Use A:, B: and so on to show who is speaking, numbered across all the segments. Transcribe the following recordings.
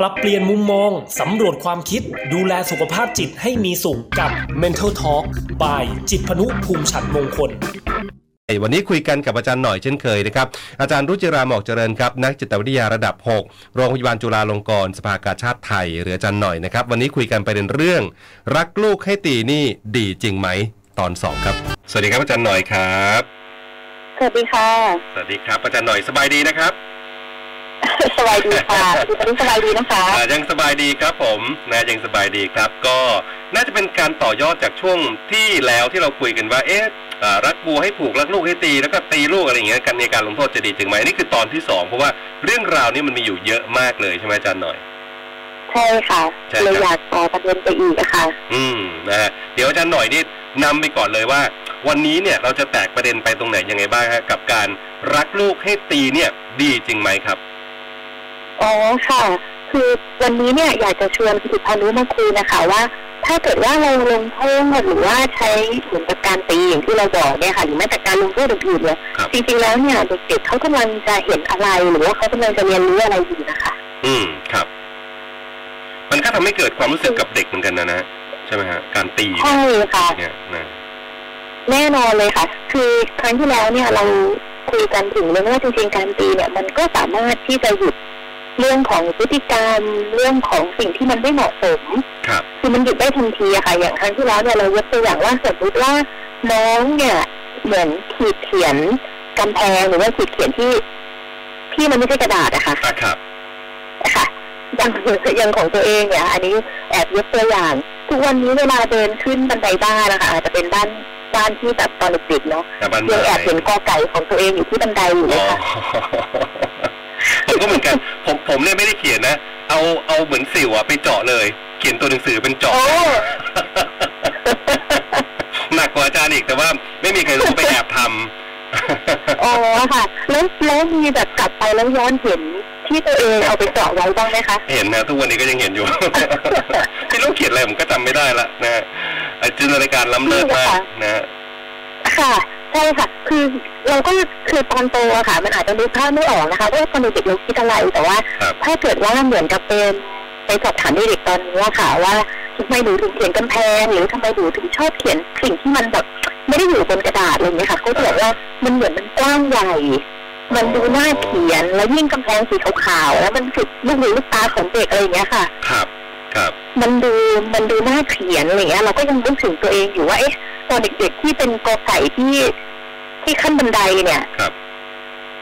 A: ปรับเปลี่ยนมุมมอง สำรวจความคิด ดูแลสุขภาพจิตให้มีสุขกับ Mental Talk by จิตพนุภูมิฉันมงคล
B: วันนี้คุยกันกับอาจารย์หน่อยเช่นเคยนะครับ อาจารย์รุจิราหมอกเจริญครับ นักจิตวิทยาระดับ 6 โรงพยาบาลจุฬาลงกรณ์สภากาชาติไทย หรืออาจารย์หน่อยนะครับ วันนี้คุยกันประเด็นเรื่อง รักลูกให้ตีนี่ดีจริงไหม ตอน 2 ครับ สวัสดีครับอาจารย์หน่อยครับ
C: สวัสดีค่ะ
B: สวัสดีครับอาจารย์หน่อยสบายดีนะครับ
C: สบายดีค่ะวันนี้สบายดีนะคะ
B: อ่ายังสบายดีครับผมนะยังสบายดีครับ ก็น่าจะเป็นการต่อยอดจากช่วงที่แล้วที่เราคุยกันว่า เอ๊ะอ่ารักบัวให้ผูกรักลูกให้ตีแล้วก็ตีลูกอะไรอย่างเงี้ยกันในการลงโทษจะดีจริงไหมอันนี่คือตอนที่สองเพราะว่าเรื่องราวนี้มันมีอยู่เยอะมากเลยใช่ไหมอาจารย์หน่อย
C: ใช่ค่ะ
B: ใช่ครับ
C: เลยอยากต่อประเด็นไปอีกอะค่ะ
B: อืมนะฮะเดี๋ยวอาจารย์หน่อยนี่นำไปก่อนเลยว่า วันนี้เนี่ยเราจะแตกประเด็นไปตรงไหนยังไงบ้างฮะกับการรักลูกให้ตีเนี่ยดีจริงไหมครับ
C: อ๋อค่ะ คือวันนี้เนี่ยอยากจะชวนคุณจิตพานุมาคุยนะคะว่า ถ้าเกิดว่าเราลงโทษหรือว่าใช้ผลประการตีอย่างที่เราบอกเนี่ยค่ะหรือแม้แต่การลงโทษอื่นๆเนี่ย
B: ครับ
C: จริงๆแล้วเนี่ยเด็กๆเขากำลังจะเห็นอะไรหรือว่าเขากำลังจะเรียนรู้อะไรอยู่นะคะ
B: อืมครับ มันก็ทำให้เกิดความรู้สึกกับเด็กเหมือนกันนะนะใช่ไหมฮะการตี
C: ใช่ค่ะ
B: เนี่ยนะ
C: แน่นอนเลยค่ะ คือครั้งที่แล้วเนี่ยเราคุยกันถึงเรื่องว่าจริงๆการตีเนี่ย มันก็สามารถที่จะหยุดเรื่องของพฤติกรรมเรื่องของสิ่งที่มันไม่เหมาะสม
B: ครับ
C: คือมันหยุดได้ทันทีอะค่ะ อย่างครั้งที่แล้วเนี่ยเรายกตัวอย่างว่าสมมติว่าน้องเนี่ยเหมือนขีดเขียนกำแพงหรือว่าขีดเขียนที่ที่มันไม่ใช่กระดาษอะค่ะ
B: อ่ะครับ
C: ค่ะอย่างอย่างของตัวเองเนี่ย อันนี้แอบยกตัวอย่าง ทุกวันนี้เวลาเดินขึ้นบันไดบ้านนะคะอาจจะเป็นบ้านบ้านที่แบบตอนเด็กๆเนาะ
B: แต่บ้าน
C: ยั
B: ไม้
C: งแอบเห็นกอไก่ของตัวเองอยู่ที่บันไดอยู่เล
B: อ๋อย
C: ค่ะ
B: ผมก็เหมือน กัน ผมผมเนี่ยไม่ได้เขียนนะ เอาเอาเหมือนสิวอะไปเจาะเลย เขียนตัวหนังสือเป็นเจาะ
C: โอ้
B: หนักกว่าอาจารย์อีกแต่ว่าไม่มีใครรู้ไปแอบทำ
C: โอ้ค่ะ แล้วแล้วมีแบบกลับไปแล้วย้อนเห็นที่ตัวเองเอาไปเจาะไว้บ้างไหมคะ
B: เห็นนะทุกวันนี้ก็ยังเห็นอยู่ ไม่รู้เขียนอะไรผมก็จำไม่ได้ละนะฮะอ่ะจินตนาการล้ำเลิศมากนะฮะ
C: ค่ะใช่ค่ะ คือเราก็คือตอนโตอะค่ะ มันอาจจะดูภาพไม่ออกนะคะว่าตอนเด็กๆเราคิดอะไรแต่ว่า
B: ครับ
C: ถ้าเกิดว่าเหมือนกับเป็นไปสอบถามเด็กๆตอนนี้อะค่ะว่าทำไมหนูถึงเขียนกำแพงหรือทำไมหนูถึงชอบเขียนสิ่งที่มันแบบไม่ได้อยู่บนกระดาษอะไรอย่างเงี้ยค่ะเขาจะบอกว่ามันเหมือนมันกว้างใหญ่ มันดูน่าเขียนแล้วยิ่งกำแพงสีขาวๆแล้วมันฝึกลูกหูลูกตาของเด็กอะไรอย่างเงี้ยค่ะ
B: ครับ ครับ
C: มันดูมันดูน่าเขียนอะไรเงี้ยเราก็ยังนึกถึงตัวเองอยู่ว่าเอ๊ะตอนเด็กๆที่เป็นกอไก่ที่ที่ขั้นบันไดเนี่ย
B: ครับ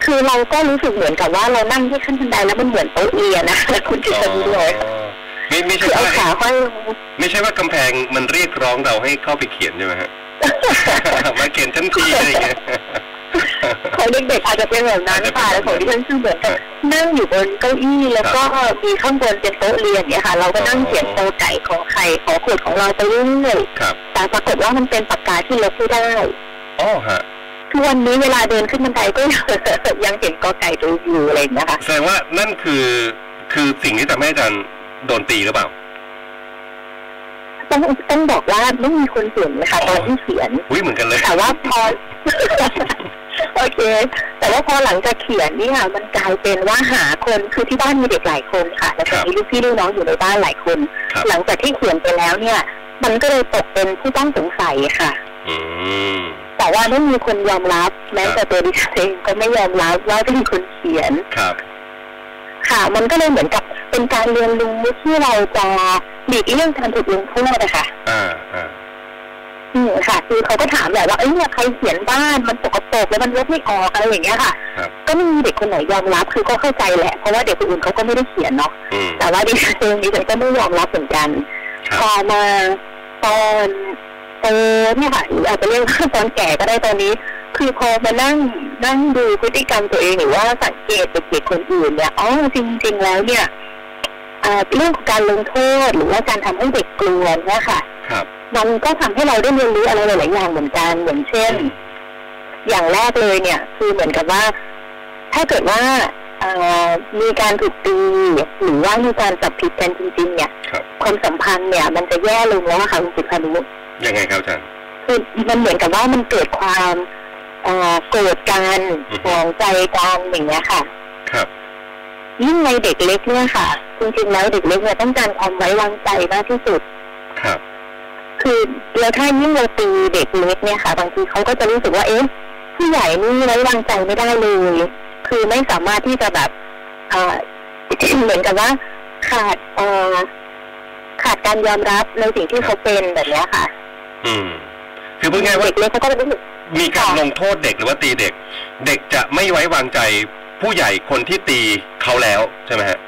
C: คือเราก็รู้สึกเหมือนกับว่าเรานั่งที่ขั้นบันไดแล้วมันเหมือนโต๊ะเอียนะ คุณจิตตนีเลย
B: อ๋อไม่ไม่
C: คื
B: ใช่
C: อเอา
B: ว่า
C: ขาห้อยลง
B: ไม่ใช่ว่ากำแพงมันเรียกร้องเราให้เข้าไปเขียนใช่ไห มฮะ มาเขียนชั้นทีอะไรอย่างเงี้ย
C: ของเด็กๆอาจจะเป็นแบบนั้นค่ะแต่ของดิฉันคือเหมือนกับนั่งอยู่บนเก้าอี้แล้วก็มีข้างบนเป็นโต๊ะเรียนเนี่ยค่ะ เราก็นั่งเขียนโตไก่ของใครขอขวดของเราไปเรื่อย
B: ครับ
C: ๆแต่ปรากฏว่ามันเป็นปากกาที่ลบไม่ได้
B: อ๋อฮะ
C: ทุกวันนี้เวลาเดินขึ้นบันไดก็ ยัง เห็นกอไก่ดูอยู่อะไรอย่างเงี้ยค่ะ
B: แสดงว่านั่นคือ คือสิ่งที่ทำให้อาจารย์โดนตีหรือเปล่า
C: ต้องต้องบอกว่าไม่มีคนเห็นนะคะตอนที่เขียน
B: อุ้ยเหมือนกันเลย
C: แต่ว่าพอ โอเค แต่ว่าพอหลังจากเขียนนี่ค่ะ มันกลายเป็นว่าหาคนคือที่บ้านมีเด็กหลายคนค่ะแล้วก็มีลูกพี่ลูกน้องอยู่ในบ้านหลายคน
B: ครับ
C: หลังจากที่เขียนไปแล้วเนี่ย มันก็เลยตกเป็นผู้ต้องสงสัยค่ะ
B: อืม
C: แต่ว่าไม่มีคนยอมรับแม้
B: ครับ
C: แต่ตัวดิฉันเองก็ไม่ยอมรับว่าเป็นคนเขียน
B: ครับ
C: ค่ะ มันก็เลยเหมือนกับเป็นการเรียนรู้ที่เราจะหลีกเลี่ยงการถูกลงโทษนะคะ
B: อ่า อ่า
C: อืมค่ะ คือเขาก็ถามแหละว่า เอ้ยเนี่ยใครเขียนบ้าน มันสกปรกแล้วมันลบไม่ออกอะไรอย่างเงี้ยค่ะ
B: ครับ
C: ก็ไม่มีเด็กคนไหนยอมรับ คือก็เข้าใจแหละ เพราะว่าเด็กคนอื่นเขาก็ไม่ได้เขียนเนาะ
B: อืม
C: แต่ว่าดิฉันเองดิฉันก็ไม่ยอมรับเหมือนกัน
B: ครับ
C: พอมาตอนโตเนี่ยค่ะหรืออาจจะเรียกว่า ตอนแก่ก็ได้ตอนนี้ คือพอมานั่งนั่งดูพฤติกรรมตัวเองหรือว่าสังเกตเด็กๆคนอื่นเนี่ยอ๋อจริง ๆ แล้วเนี่ยเอ่อเรื่องของการลงโทษหรือว่าการทำให้เด็กกลัวเนี่ยค่ะ
B: ครับ
C: มันก็ทำให้เราได้เรียนรู้อะไรหลายๆอย่างเหมือนกันอย่างเช่น อย่างแรกเลยเนี่ย คือเหมือนกับว่า ถ้าเกิดว่าเอ่อมีการถูกตีหรือว่ามีการจับผิดกันจริงๆเนี่ย
B: ครับ
C: ความสัมพันธ์เนี่ย มันจะแย่ลงแล้วอะค่ะคุณจิตพานุ
B: ยังไงครับอาจารย์
C: คือมันเหมือนกับว่ามันเกิดความเอ่อโกรธกัน
B: อือฮึ
C: หวงใจกันอย่างเงี้ยค่ะ
B: ครับ
C: ยิ่งในเด็กเล็กเนี่ยค่ะ จ จริงๆแล้วเด็กเล็กเนี่ยต้องการความไว้วางใจมากที่สุด
B: ครับ
C: คือแล้วถ้ายิ่งเราตีเด็กเล็กเนี่ยค่ะบางทีเขาก็จะรู้สึกว่าเอ๊ะผู้ใหญ่นี่ไว้วางใจไม่ได้เลย คือไม่สามารถที่จะแบบเอ่อ เหมือนกับว่า ขาดเอ่อขาดการยอมรับในสิ่งที่เขาเป็นแบบเนี้ยค่ะ
B: อืม คือพูดง่ายๆว่า
C: เด็กเล็กเขาก็จะรู้สึก
B: มีการลงโทษเด็กหรือว่าตีเด็ก เด็กจะไม่ไว้วางใจผู้ใหญ่คนที่ตีเขาแล้วใช่ไหมฮะ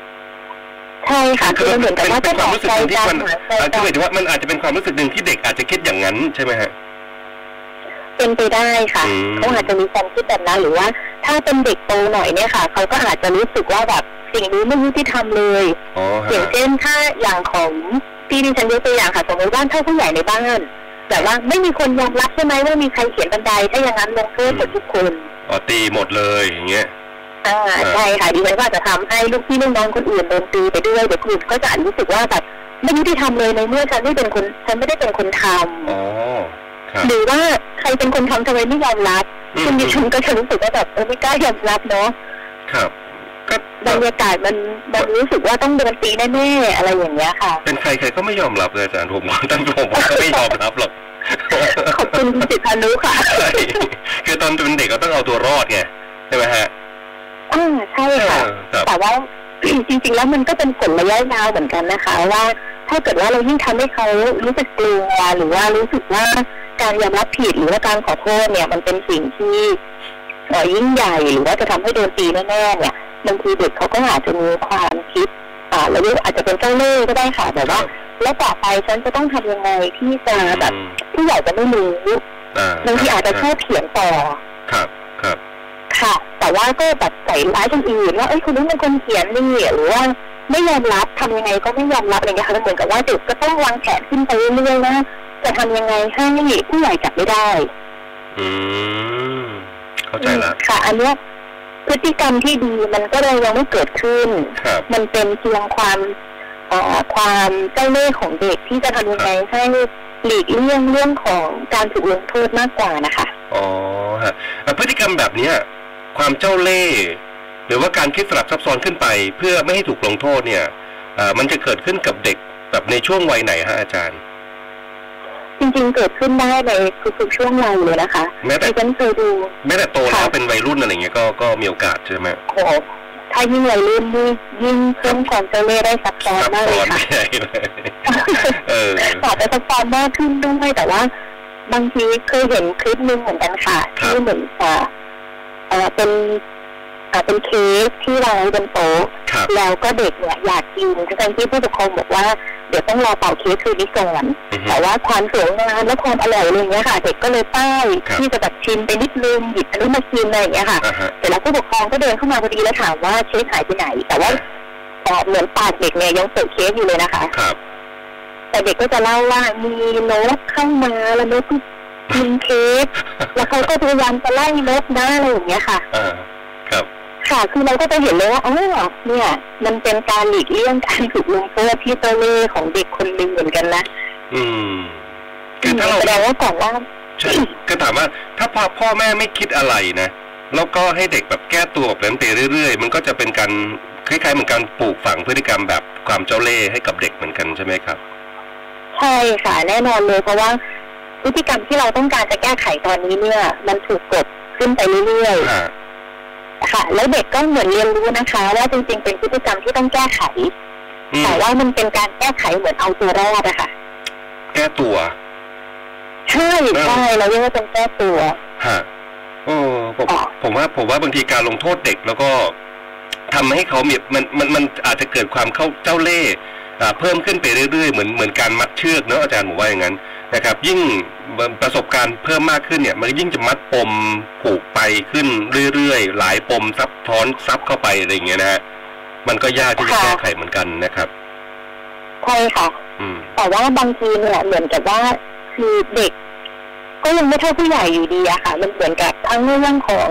C: ใช่ค่ะคือมันเหมือนกับว่า
B: เป็
C: จะ
B: น
C: บ
B: ความ
C: อก
B: รู้สึก
C: ใจ
B: หนึ่งที่มัน
C: กันหาใจ
B: อาจจะ
C: กัน
B: หมายถึงว่ามันอาจจะเป็นความรู้สึกหนึ่งที่เด็กอาจจะคิดอย่างนั้นใช่ไหมฮะ
C: เป็นไปได้ค่ะ
B: อืม
C: เขาอาจจะมีความคิดแบบนั้นหรือว่า ถ้าเป็นเด็กโตหน่อยเนี่ยค่ะเขาก็อาจจะรู้สึกว่าแบบสิ่งนี้ไม่ยุติธรรมเลย
B: อ๋อฮะ
C: อย่างเช่นถ้าอย่างของที่ดิฉันยกตัวอย่างค่ะสมมติว่าถ้าผู้ใหญ่ในบ้านแบบว่าไม่มีคนยอมรับใช่ไหมว่ามีใครเขียนบันไดถ้าอย่างนั้นลงโทษกับทุกคน
B: อ๋อตีหมดเลยอย่างเงี้ย
C: อ่าใช่ค่ะดิฉันว่าจะทำให้ลูกพี่ลูกน้องคนอื่นโดนตีไปด้วยเด็กคนอื่นก็จะอาจรู้สึกว่าแบบไม่ยุติธรรมเลยในเมื่อฉันไม่เป็นคนฉันไม่ได้เป็นคนทำ
B: อ๋อ ครับ
C: หรือว่าใครเป็นคนทำทำไมไม่ยอมรับ
B: อืม
C: ซึ่งดิฉันก็จะรู้สึกว่าแบบเออไม่กล้ายอมรับเนาะ
B: ครับ ก็
C: บรรยากาศมันมันรู้สึกว่าต้องโดนตีแน่ๆอะไรอย่างเงี้ยค่ะ
B: เป็นใครใครก็ไม่ยอมรับเลยอาจารย์ผม ว่าท่านผมว่าก็ไม่ยอมรับหรอก
C: ขอบคุณคุณจิตพานุค่ะ
B: ใช่คือตอนเป็นเด็กก็ต้องเอาตัวรอดไงใช่ไหมฮะ
C: อ่าใช่
B: เอ
C: ค่ะ
B: อครับ
C: แต่ว่า จริงๆแล้วมันก็เป็นผลระยะยาวเหมือนกันนะคะ ว่าถ้าเกิดว่าเรายิ่งทำให้เขารู้สึกกลัวหรือว่ารู้สึกว่าการยอมรับผิดหรือว่าการขอโทษเนี่ย มันเป็นสิ่งที่เอ่อยิ่งใหญ่หรือว่าจะทำให้โดนตีแน่ๆเนี่ยบางทีเด็กเขาก็อาจจะมีความคิดอ่าแล้วก็อาจจะเป็นเจ้าเล่ห์ก็ได้ค่ะแบบว่า แล้วต่อไปฉันจะต้องทำยังไงที่จะแบบ
B: อืม
C: ผู้ใหญ่จะไม่รู้
B: อ่
C: บางทีอาจจะช
B: ค
C: อ
B: รับบ
C: เถียงต่อ
B: ครับครับ
C: ค่ะ แต่ว่าก็แบบใส่ร้ายคนอื่นว่าเอ้ยคนนี้เป็นคนเขียนนี่หรือว่าไม่ยอมรับทำยังไงก็ไม่ยอมรับอะไรเงี้ยค่ะมันเหมือนกับว่าเด็กก็ต้องวางแผนขึ้นไปเรื่อยๆว่าจะทำยังไงให้ผู้ใหญ่จับไม่ได้
B: อืมเข้าใจละ
C: ค่ะ อันเนี้ยพฤติกรรมที่ดีมันก็เลยยังไม่เกิดขึ้น
B: ครับ
C: มันเป็นเพียงความเอ่อความเจ้าเล่ห์ของเด็กที่จะทำยังไงให้หลีกเลี่ยงเรื่องของการถูกลงโทษมากกว่านะคะ
B: อ๋อฮะเอ่อพฤติกรรมแบบเนี้ยความเจ้าเล่ห์หรือว่าการคิดสลับซับซ้อนขึ้นไป เพื่อไม่ให้ถูกลงโทษเนี่ยเอ่อมันจะเกิดขึ้นกับเด็กแบบในช่วงวัยไหนฮะอาจารย์
C: จริงๆเกิดขึ้นได้ในทุกๆช่วงวัยเลยนะคะ
B: แม้แต่
C: ดิฉันเคยดู
B: แม้แต่โตแล้ว
C: ค่ะ
B: เป็นวัยรุ่นอะไรเงี้ยก็ก็มีโอกาสใช่ไหม
C: โอ้โหถ้ายิ่งวัยรุ่นนี่ยิ่งเพิ่มความเจ้าเล่ห์ได้ซับซ้อน
B: ซับ
C: มากเล
B: ซ้อย น
C: ค่ะ
B: ใช่ไหมเออ
C: ต่อไปซับซ้อนมากขึ้นด้วยแต่ว่า บางทีเคยเห็นคลิปหนึ่งเหมือนกันค่ะที่เหมือนจะเอ่อเป็นเอ่อเป็นเค้กที่วางไว้บนโต๊ะ
B: ครับ
C: แล้วก็เด็กเนี่ยอยากกินทั้งๆที่ผู้ปกครองบอกว่าเดี๋ยวต้องรอเป่าเค้กคืนนี้ก่อน
B: อือฮึ
C: แต่ว่าความสวยงามและความอร่อยอะไรอย่างเงี้ยค่ะ เด็กก็เลยป้าย
B: ครับ
C: ที่จะแบบชิมไปนิดนึงหยิบอันนี้นมากินอะไรอย่างเงี้ยค่ะ
B: อ่าฮะ
C: เสร็จแล้วผู้ปกครองก็เดินเข้ามาพอดีแล้วถามว่าเค้กหายไปไหน แต่ว่าเอ่อเหมือนปากเด็กเนี่ยยังเปิดเค้กอยู่เลยนะคะ
B: ครับ
C: แต่เด็กก็จะเล่าว่ามีนกเข้ามาแล้วนกก็กินเค้กแล้วเขาก็พยายามจะไล่นกนะอะไรอย่างเงี้ยค่ะ
B: อ่าครับ
C: ค่ะ คือเราก็จะเห็นเลยว่าอ๋อเนี่ย มันเป็นการหลีกเลี่ยงการถูกลงโทษที่เตเล่ห์ของเด็กคนหนึ่งเหมือนกันนะ
B: อืมคือถ้าเรา
C: แสดงว่าก่อนว่า
B: ใช่ก็ถามว่าถ้าพ่อพ่อแม่ไม่คิดอะไรนะแล้วก็ให้เด็กแบบแก้ตัวแบบนั้นไปเรื่อยๆ มันก็จะเป็นการคล้ายๆเหมือนการปลูกฝังพฤติกรรมแบบความเจ้าเล่ห์ให้กับเด็กเหมือนกันใช่ไหมครับ
C: ใช่ค่ะแน่นอนเลยเพราะว่าพฤติกรรมที่เราต้องการจะแก้ไขตอนนี้เนี่ย มันถูกกดขึ้นไปเรื่อยๆ
B: อ่า
C: ค่ะแล้วเด็กก็เหมือนเรียนรู้นะคะ ว่าจริงๆเป็นพฤติกรรมที่ต้องแก้ไข
B: อืม
C: แต่ว่ามันเป็นการแก้ไขเหมือนเอาตัวรอดอะค่ะ
B: แก้ตัว
C: ใช่ใช่เราเรียกว่าเป็นแก้ตัว
B: ฮะโอ้ผม
C: อ๋อ
B: ผมว่าผมว่าบางทีการลงโทษเด็กแล้วก็ทำให้เขามีมันมันมันอาจจะเกิดความเข้าเจ้าเล่ห์อ่าเพิ่มขึ้นไปเรื่อยๆ เหมือนเหมือนการมัดเชือกเนอะอาจารย์ผมว่าอย่างนั้นนะครับ ยิ่งประสบการณ์เพิ่มมากขึ้นเนี่ย มันยิ่งจะมัดปมผูกไปขึ้นเรื่อยๆ หลายปมซับท้อนซับเข้าไปอะไรอย่างเงี้ยนะฮะมันก็ยากที่จะแก้ไขเหมือนกันนะครับ
C: ใช่ค่ะ
B: อืม
C: แต่ว่าบางทีเนี่ยเหมือนกับว่าคือเด็ก ก็ยังไม่เท่าผู้ใหญ่อยู่ดีอะค่ะ มันเหมือนกับทั้งเรื่องของ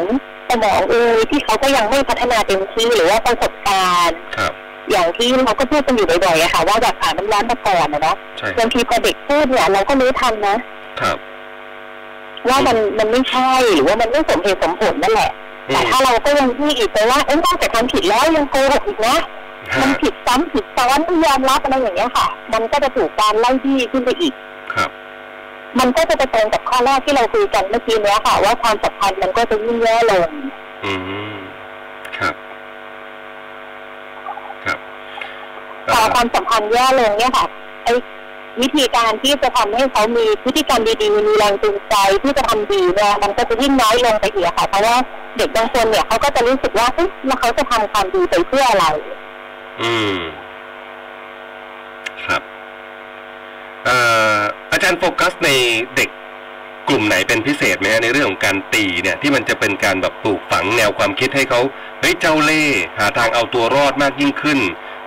C: สมองเอยที่เขาก็ยังไม่พัฒนาเต็มที่หรือว่าประสบการณ์
B: ครับ
C: อย่างที่เราก็พูดกันอยู่บ่อยๆอะค่ะ ว่าแบบอ่านน้ำร้อนมาก่อนนะเนาะ
B: ใช่
C: บางทีพอเด็กพูดเนี่ยเราก็รู้ทันนะ
B: ครับ
C: ว่ามันมันไม่ใช่หรือว่ามันไม่สมเหตุสมผลนั่นแหละ
B: อื
C: แต่
B: ม
C: ถ้าเราก็ยังที่อีกไปว่าเอ้ยนอกจากทำผิดแล้วยังโกหกอีกนะ
B: ฮะ
C: มันผิดซ้ำผิดซ้อนไม่ยอมรับอะไรอย่างเงี้ยค่ะ มันก็จะถูกการไล่ที่ขึ้นไปอีก
B: ครับ
C: มันก็จะไปตรงกับข้อแรกที่เราคุยกันเมื่อกี้เนี้ยค่ะ ว่าความสัมพันธ์มันก็จะยิ่งแย่ลง
B: อืม ครับ ครับ
C: พอความสัมพันธ์แย่ลงเนี่ยค่ะไอ้วิธีการที่จะทำให้เขามีพฤติกรรมดีๆ มีแรงจูงใจที่จะทำดีเนี่ยมันก็จะยิ่งน้อยลงไปอีกอะค่ะ เพราะว่าเด็กบางคนเนี่ยเขาก็จะรู้สึกว่าเฮ้ยแล้วเขาจะทำความดีไปเพื่ออะไร
B: อืม ครับเอ่ออาจารย์โฟกัสในเด็กกลุ่มไหนเป็นพิเศษไหมฮะในเรื่องของการตีเนี่ย ที่มันจะเป็นการแบบปลูกฝังแนวความคิดให้เขาเฮ้ยเจ้าเล่ห์หาทางเอาตัวรอดมากยิ่งขึ้น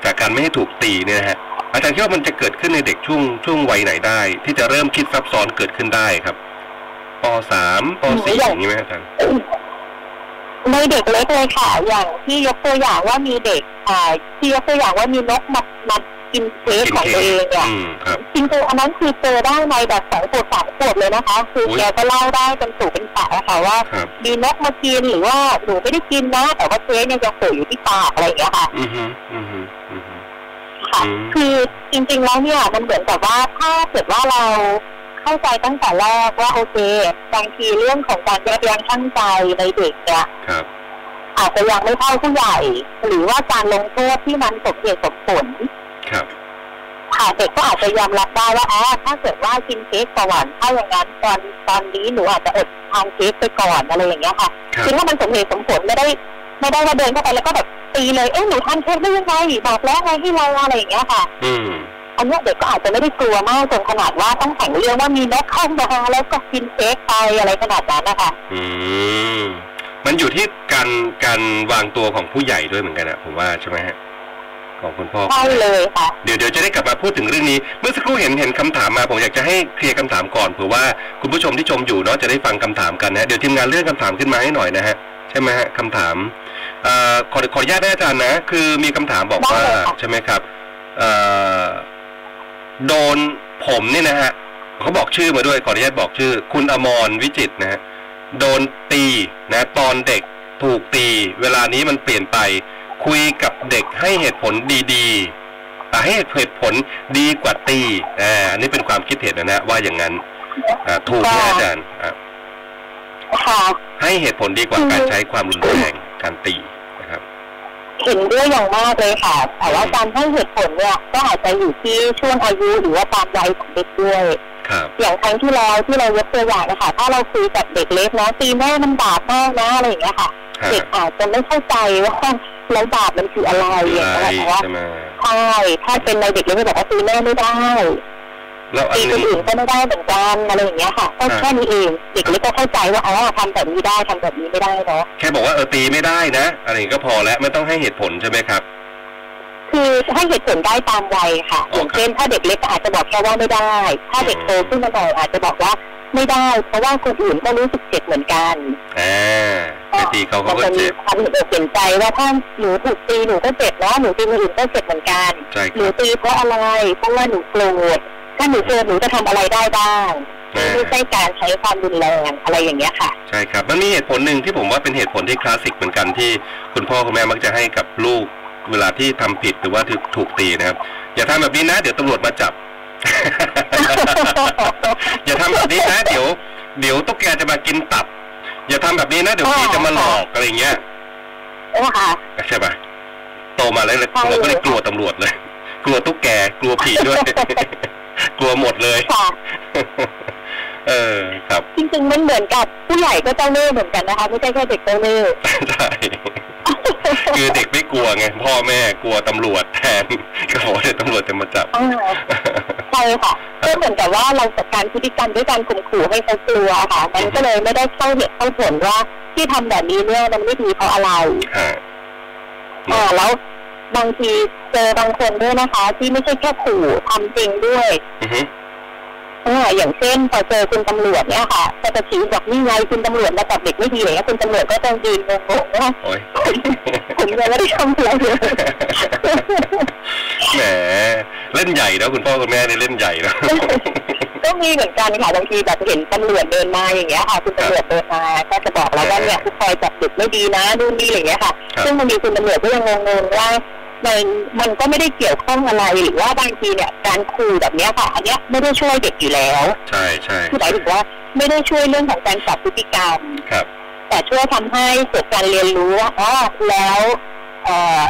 B: จากการไม่ให้ถูกตีเนี่ยนะฮะ อาจารย์คิดว่ามันจะเกิดขึ้นในเด็กช่วงช่วงวัยไหนได้ ที่จะเริ่มคิดซับซ้อนเกิดขึ้นได้ครับปสามปสี่อย่างนี้ไหมฮะอาจารย์
C: ในเด็กเล็กเลยค่ะ อย่างที่ยกตัวอย่างว่ามีเด็กอ่าที่ยกตัวอย่างว่ามีนกมามากินเค้กของตัวเองเนี่ย
B: อืมครับ
C: จริงๆอันนั้นคือเจอได้ในแบบสองขวบสามขวบเลยนะคะ คืออย แกก็เล่าได้เป็นสู่เป็นสาอะค่ะว่า
B: ครับ
C: มีนกมากินหรือว่าหนูไม่ได้กินนะ แต่ว่าเจ๊เนี่ยจะโผล่อยู่ที่ปากอะไรอย่างเงี้ยค่ะ
B: อือฮึอือฮึอือฮึ
C: ค่ะ
B: อืม
C: คือจริงๆแล้วเนี่ยมันเหมือนกับว่าถ้าเกิดว่าเราเข้าใจตั้งแต่แรกว่าโอเคบางทีเรื่องของการแยกแยะชั่งใจในเด็กเนี่ย
B: ครับ
C: อาจจะยังไม่เท่าผู้ใหญ่ หรือว่าการลงโทษที่มันสมเหตุสมผล
B: ครับ
C: ค่ะเด็กก็อาจจะยอมรับได้ว่าอ๋อถ้าเกิดว่ากินเค้กก่อนถ้าอย่างนั้นตอนตอนนี้หนูอาจจะอดทานเค้กไปก่อนอะไรอย่างเงี้ยค่ะ
B: ครั
C: คิด
B: บ
C: ว่ามันสมเหตุสมผลไม่ได้ไม่ได้ว่าเดินเข้าไปแล้วก็แบบตีเลยเอ้ยหนูทานเค้กได้ยังไงบอกแล้วไงให้เราอะไรอย่างเงี้ยค่ะ
B: อืม
C: อันเนี้ยเด็กก็อาจจะไม่ได้กลัวมากจนขนาดว่าต้องแข่งเรื่องว่ามีนกเข้ามาแล้วก็กินเค้กไปอะไรขนาดนั้นนะคะ
B: อืม มันอยู่ที่การการวางตัวของผู้ใหญ่ด้วยเหมือนกันนะผมว่าใช่ไหมฮะ ของคุณพ่อ
C: ใช่เลยค่ะ
B: เดี๋ยวเดี๋ยวจะได้กลับมาพูดถึงเรื่องนี้ เมื่อสักครู่เห็นเห็นคำถามมา ผมอยากจะให้เคลียร์คำถามก่อนเผื่อว่าคุณผู้ชมที่ชมอยู่เนาะจะได้ฟังคำถามกันนะฮะเดี๋ยวทีมงานเลื่อนคำถามขึ้นมาให้หน่อยนะฮะใช่ไหมฮะคำถามเอ่อขอขออนุญาตนะอาจารย์นะ คือมีคำถามบอกว่า
C: ได้เลยค่ะ
B: ใช่ไหมครับเอ่อโดนผมเนี่ยนะฮะเขาบอกชื่อมาด้วยขออนุญาตบอกชื่อ คุณอมรวิจิตรนะฮะโดนตีนะตอนเด็กถูกตี เวลานี้มันเปลี่ยนไป คุยกับเด็กให้เหตุผลดีๆอ่าให้เหตุผลดีกว่าตีอ่าอันนี้เป็นความคิดเห็นนะนะว่าอย่างนั้นอ่าถูกไหมอาจารย์อ่ะ
C: ค่ะ
B: ให้เหตุผลดีกว่าการใช้ความรุนแรงการตีนะครับ
C: เห็นด้วยอย่างมากเลยค่ะ แต่ว่าการให้เหตุผลเนี่ยก็อาจจะอยู่ที่ช่วงอายุหรือว่าตามวัยของเด็กด้วย
B: ครับ
C: อย่างครั้งที่แล้วที่เรายกตัวอย่างนะคะถ้าเราคุยกับเด็กเล็กนะตีแม่มันบาปมากนะอะไรอย่างเงี้ยค่ะ
B: ฮะ
C: เด็กอาจจะไม่เข้าใจว่าแล้วบาปมันคืออะไร
B: คือ
C: อย่าง
B: อะไร
C: เงี้ยค่ะแต่ว่า
B: ใช่ไหม
C: ใช่ถ้าเป็นในเด็กเล็กจะบอกว่าตีแม่ไม่ได้
B: แล้วอัน
C: ตีคน
B: นี้
C: อื่นก็ไม่ได้เหมือนกันอะไรอย่างเงี้ยค่ะก็
B: อ่า
C: แค่นี้เองเด็กเล็กก็เข้าใจว่าอ๋อทำแบบนี้ได้ทำแบบนี้ไม่ได้เนาะ
B: แค่บอกว่าเออตีไม่ได้นะ อะไรอย่างนี้ก็พอแล้วไม่ต้องให้เหตุผลใช่ไหมครับ
C: คือให้เหตุผลได้ตามวัยค่ะ
B: อ๋
C: อ
B: อครับ
C: ย่างเช่นถ้าเด็กเล็กก็อาจจะบอกแค่ว่าไม่ได้ ถ้าเด็ก
B: อืม
C: โตขึ้นมาหน่อยอาจจะบอกว่าไม่ได้ เพราะว่าคนอื่นก็รู้สึกเจ็บเหมือนกัน
B: อ่าไปตีเขาเขา
C: น
B: ก็
C: จะมี
B: เจ็บ
C: ความเห็นอกเห็นใจว่าถ้าหนูถูกตีหนูก็เจ็บเนาะหนูตีคนอื่นก็เจ็บเหมือนกัน
B: ใช่ค
C: หนู
B: รับ
C: ตีเพราะอะไร เพราะว่าหนูโกรธ ถ้าหนูโกรธหนูจะทำอะไรได้บ้าง
B: อ่า
C: ไม่ใช่การใช้ความรุนแรงอะไรอย่างเงี้ย ค่ะ
B: ใช่ครับ มันมีเหตุผลหนึ่งที่ผมว่าเป็นเหตุผลที่คลาสสิกเหมือนกันที่คุณพ่อคุณแม่มักจะให้กับลูก เวลาที่ทำผิดหรือว่าถูกถูกตีนะครับ อย่าทำแบบนี้นะ เดี๋ยวตำรวจมาจับ อย่าทำแบบนี้นะเดี๋ยว เดี๋ยวตุ๊กแกจะมากินตับ อย่าทำแบบนี้นะเดี๋ยวผีจะมาหลอกอะไรอย่างเงี้ย
C: ค่ะ
B: ใช่ปะโตมาแล้วเราเราก็เลยกลัวตำรวจเลย กลัวตุ๊กแกกลัวผีด้วย กลัวหมดเลย
C: ค่ะ
B: เออครับ
C: จริงๆมันเหมือนกับผู้ใหญ่ก็เจ้าเล่ห์เหมือนกันนะคะ ไม่ใช่แค่เด็กเจ้าเล่ ห์
B: ใช่ คือเด็กไม่กลัวไง พ่อแม่กลัวตำรวจแทน ก็บอกว่าเดี๋ยวตำรวจจะมาจับ
C: อ่าใช่ค่ะ ก็เหมือนกับว่าเราจัดการพฤติกรรมด้วยการข่มขู่ให้เขากลัวค่ะ มันก็เลยไม่ได้เข้าเหตุเข้าผลว่าที่ทำแบบนี้เนี่ยมันไม่ดีเพราะอะไร
B: ฮะ
C: อ่าแล้วบางทีเจอบางคนด้วยนะคะ ที่ไม่ใช่แค่ขู่ทำจริงด้วย
B: อือฮึ
C: อ่าอย่างเช่นพอเจอคุณตำรวจเนี่ยค่ะก็จะชี้บอกนี่ไงคุณตำรวจมาจับเด็กไม่ดีเลยคุณตำรวจก็ต้องยืนงงๆว่า
B: โอ้ย
C: ผมยังไม่ได้ทำอะไรเลย
B: แหม เล่นใหญ่แล้วคุณพ่อคุณแม่เนี่ยเล่นใหญ่แล้ว
C: ก็มีเหมือนกันค่ะบางทีแบบเห็นตำรวจเดินมาอย่างเงี้ยค่ะคุณตำรวจเดินมาก็จะบอกเราว่าเนี่ยคุณคอยจับเด็กไม่ดีนะดูนดีอะไรอย่างเงี้ยค่ะ
B: ครับ
C: ซึ่งบางทีคุณตำรวจก็ยังงงๆว่า มันมันก็ไม่ได้เกี่ยวข้องอะไรหรือว่าบางทีเนี่ยการคุยแบบเนี้ยค่ะ อันเนี้ยไม่ได้ช่วยเด็กอยู่แล้ว
B: ใช่ใช่
C: คือหมายถึงว่าไม่ได้ช่วยเรื่องของการปรับพฤติกรรม
B: ครับ
C: แต่ช่วยทำให้เกิดการเรียนรู้ว่าอ๋อแล้วเอ่อ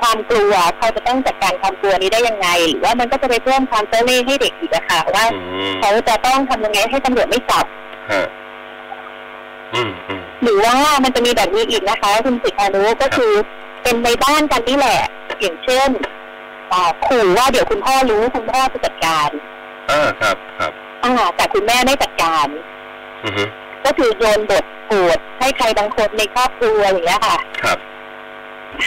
C: ความกลัวเขาจะต้องจัดการความกลัวนี้ได้ยังไง หรือว่ามันก็จะไปเพิ่มความเจ้าเล่ห์ให้เด็กอีกอะค่ะว่า
B: อืม
C: เขาจะต้องทำยังไงให้ตำรวจไม่จับ
B: ฮะอืมอืม
C: หรือว่ามันจะมีแบบนี้อีกนะคะคุณสิทธานุก็คือเป็นในบ้านกันนี่แหละ อย่างเช่นอ่าขู่ว่าเดี๋ยวคุณพ่อรู้คุณพ่อจะจัดการ
B: อ่าครับครับ
C: อ่าแต่คุณแม่ไม่จัดการ
B: อือฮึ
C: ก็คือโยนบทโกรธให้ใครบางคนในครอบครัวอย่างเงี้ยค่ะ
B: ครับ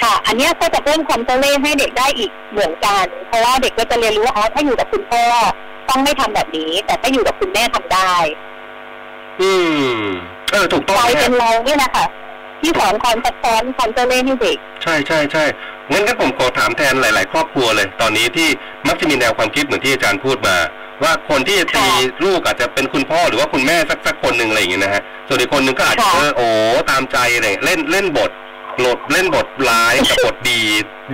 C: ค่ะ อันเนี้ยก็จะเพิ่มความเจ้าเล่ห์ให้เด็กได้อีกเหมือนกัน เพราะว่าเด็กก็จะเรียนรู้ว่าอ๋อถ้าอยู่กับคุณพ่อต้องไม่ทำแบบนี้ แต่ถ้าอยู่กับคุณแม่ทำได้
B: อืมเออถูกต้อง
C: กลาย
B: ฮะ
C: เป็นเราเนี่ยนะคะที่สอนความซับซ้อนความเจ้าเล่ห์ให้เด็ก
B: ใช่ใช่ใช่งั้นงั้นผมขอถามแทนหลาย ๆ ครอบครัวเลย ตอนนี้ที่มักจะมีแนวความคิดเหมือนที่อาจารย์พูดมา ว่าคนที่จะตี
C: ค่ะ
B: ลูกอาจจะเป็นคุณพ่อหรือว่าคุณแม่สักสักคนหนึ่งอะไรอย่างเงี้ยนะฮะส่วนอีกคนหนึ่งก็อาจจะ
C: ค่ะ
B: เออโอ้ตามใจอะไรเล่นเล่นบทโหลดเล่นบทร้ายกับบทดี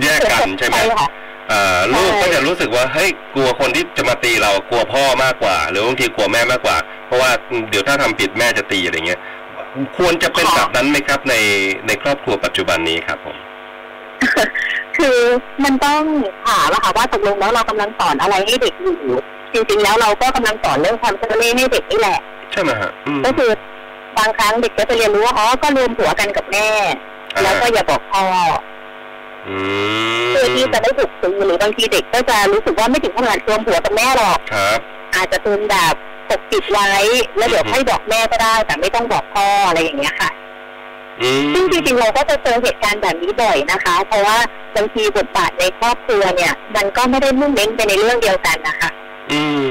B: แยกกันใช่ไหม
C: ค่ะ
B: เอ่อลูก
C: ใช่
B: ก็จะรู้สึกว่าเฮ้ยกลัวคนที่จะมาตีเรากลัวพ่อมากกว่า หรือบางทีกลัวแม่มากกว่า เพราะว่าเดี๋ยวถ้าทำผิดแม่จะตีอะไรเงี้ย ควรจะเป็นแบบนั้นไหมครับในในครอบครัวปัจจุบันนี้ครับผม
C: คือมันต้องถามอะค่ะว่าตกลงแล้วเรากำลังสอนอะไรให้เด็กอยู่จริงๆแล้วเราก็กำลังสอนเรื่องความเจ้าเล่ห์ให้เด็กนี่แหละ
B: ใช่ไหมฮะอืม
C: ก็คือบางครั้งเด็กก็จะเรียนรู้ว่าอ๋อก็รวมหัวกันกับแม่ แล้วก็อย่าบอกพ่อ
B: อื
C: เพื่อที่
B: ม
C: จะไม่ถูกตีหรือบางทีเด็กก็จะรู้สึกว่าไม่ถึงขนาดรวมหัวกับแม่หรอก
B: ครับ
C: อาจจะเป็นแบบปกปิดไว้แล้วเดี๋ยว
B: อืม
C: ให้บอกแม่ก็ได้ แต่ไม่ต้องบอกพ่ออะไรอย่างเงี้ยค่ะ
B: อืม
C: ซึ่งจริงๆเราก็จะเจอเหตุการณ์แบบนี้บ่อยนะคะ เพราะว่าบางทีบทบาทในครอบครัวเนี่ย มันก็ไม่ได้มุ่งเน้นไปในเรื่องเดียวกันนะคะ
B: อืม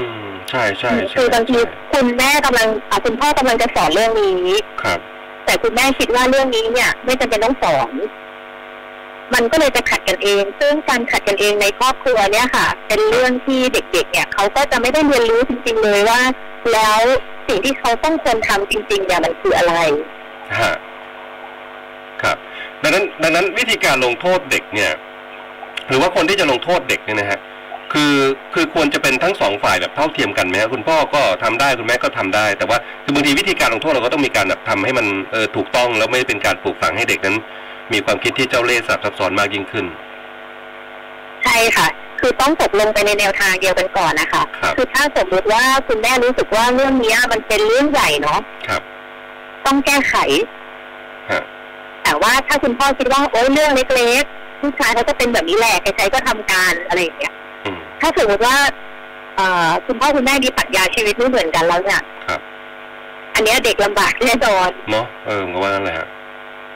B: ใช่ใช่ใช่
C: คือบางที
B: ใช่
C: คุณแม่กำลังอ่ะคุณพ่อกำลังจะสอนเรื่องนี้
B: ครับ
C: แต่คุณแม่คิดว่าเรื่องนี้เนี่ย ไม่จำเป็นต้องสอน มันก็เลยจะขัดกันเอง ซึ่งการขัดกันเองในครอบครัวเนี่ยค่ะ เป็นเรื่องที่เด็ก ๆ เนี่ยเขาก็จะไม่ได้เรียนรู้จริง ๆ เลยว่า แล้วสิ่งที่เขาต้องควรทำจริงๆเนี่ยมันคืออะไร
B: ฮะครับดังนั้นดังนั้นวิธีการลงโทษเด็กเนี่ย หรือว่าคนที่จะลงโทษเด็กเนี่ยนะฮะคือคือควรจะเป็นทั้งสองฝ่ายแบบเท่าเทียมกันไหมฮะคุณพ่อก็ทำได้คุณแม่ก็ทำได้ แต่ว่าคือบางทีวิธีการลงโทษเราก็ต้องมีการแบบทำให้มันเออถูกต้องแล้วไม่เป็นการปลูกฝังให้เด็กนั้น มีความคิดที่เจ้าเล่ห์สลับซับซ้อนมากยิ่งขึ้น
C: ใช่ค่ะ คือต้องตกลงไปในแนวทางเดียวกันก่อนนะคะ
B: ครับ
C: คือถ้าสมมติว่าคุณแม่รู้สึกว่าเรื่องเนี้ย มันเป็นเรื่องใหญ่เนาะ
B: ครับ
C: ต้องแก้ไข
B: ฮะ
C: แต่ว่าถ้าคุณพ่อคิดว่าโอ๊ยเรื่องเล็กๆผู้ชายเขาจะเป็นแบบนี้แหละใครๆก็ทำการอะไรอย่างเงี้ย
B: อืม
C: ถ้าสมมติว่าเอ่อคุณพ่อคุณแม่มีปรัชญาชีวิตไม่เหมือนกันแล้วเนี่ย
B: ครับ
C: อันเนี้ยเด็กลำบากแน่นอน
B: เนาะเออผมก็ว่านั่นแหละฮะ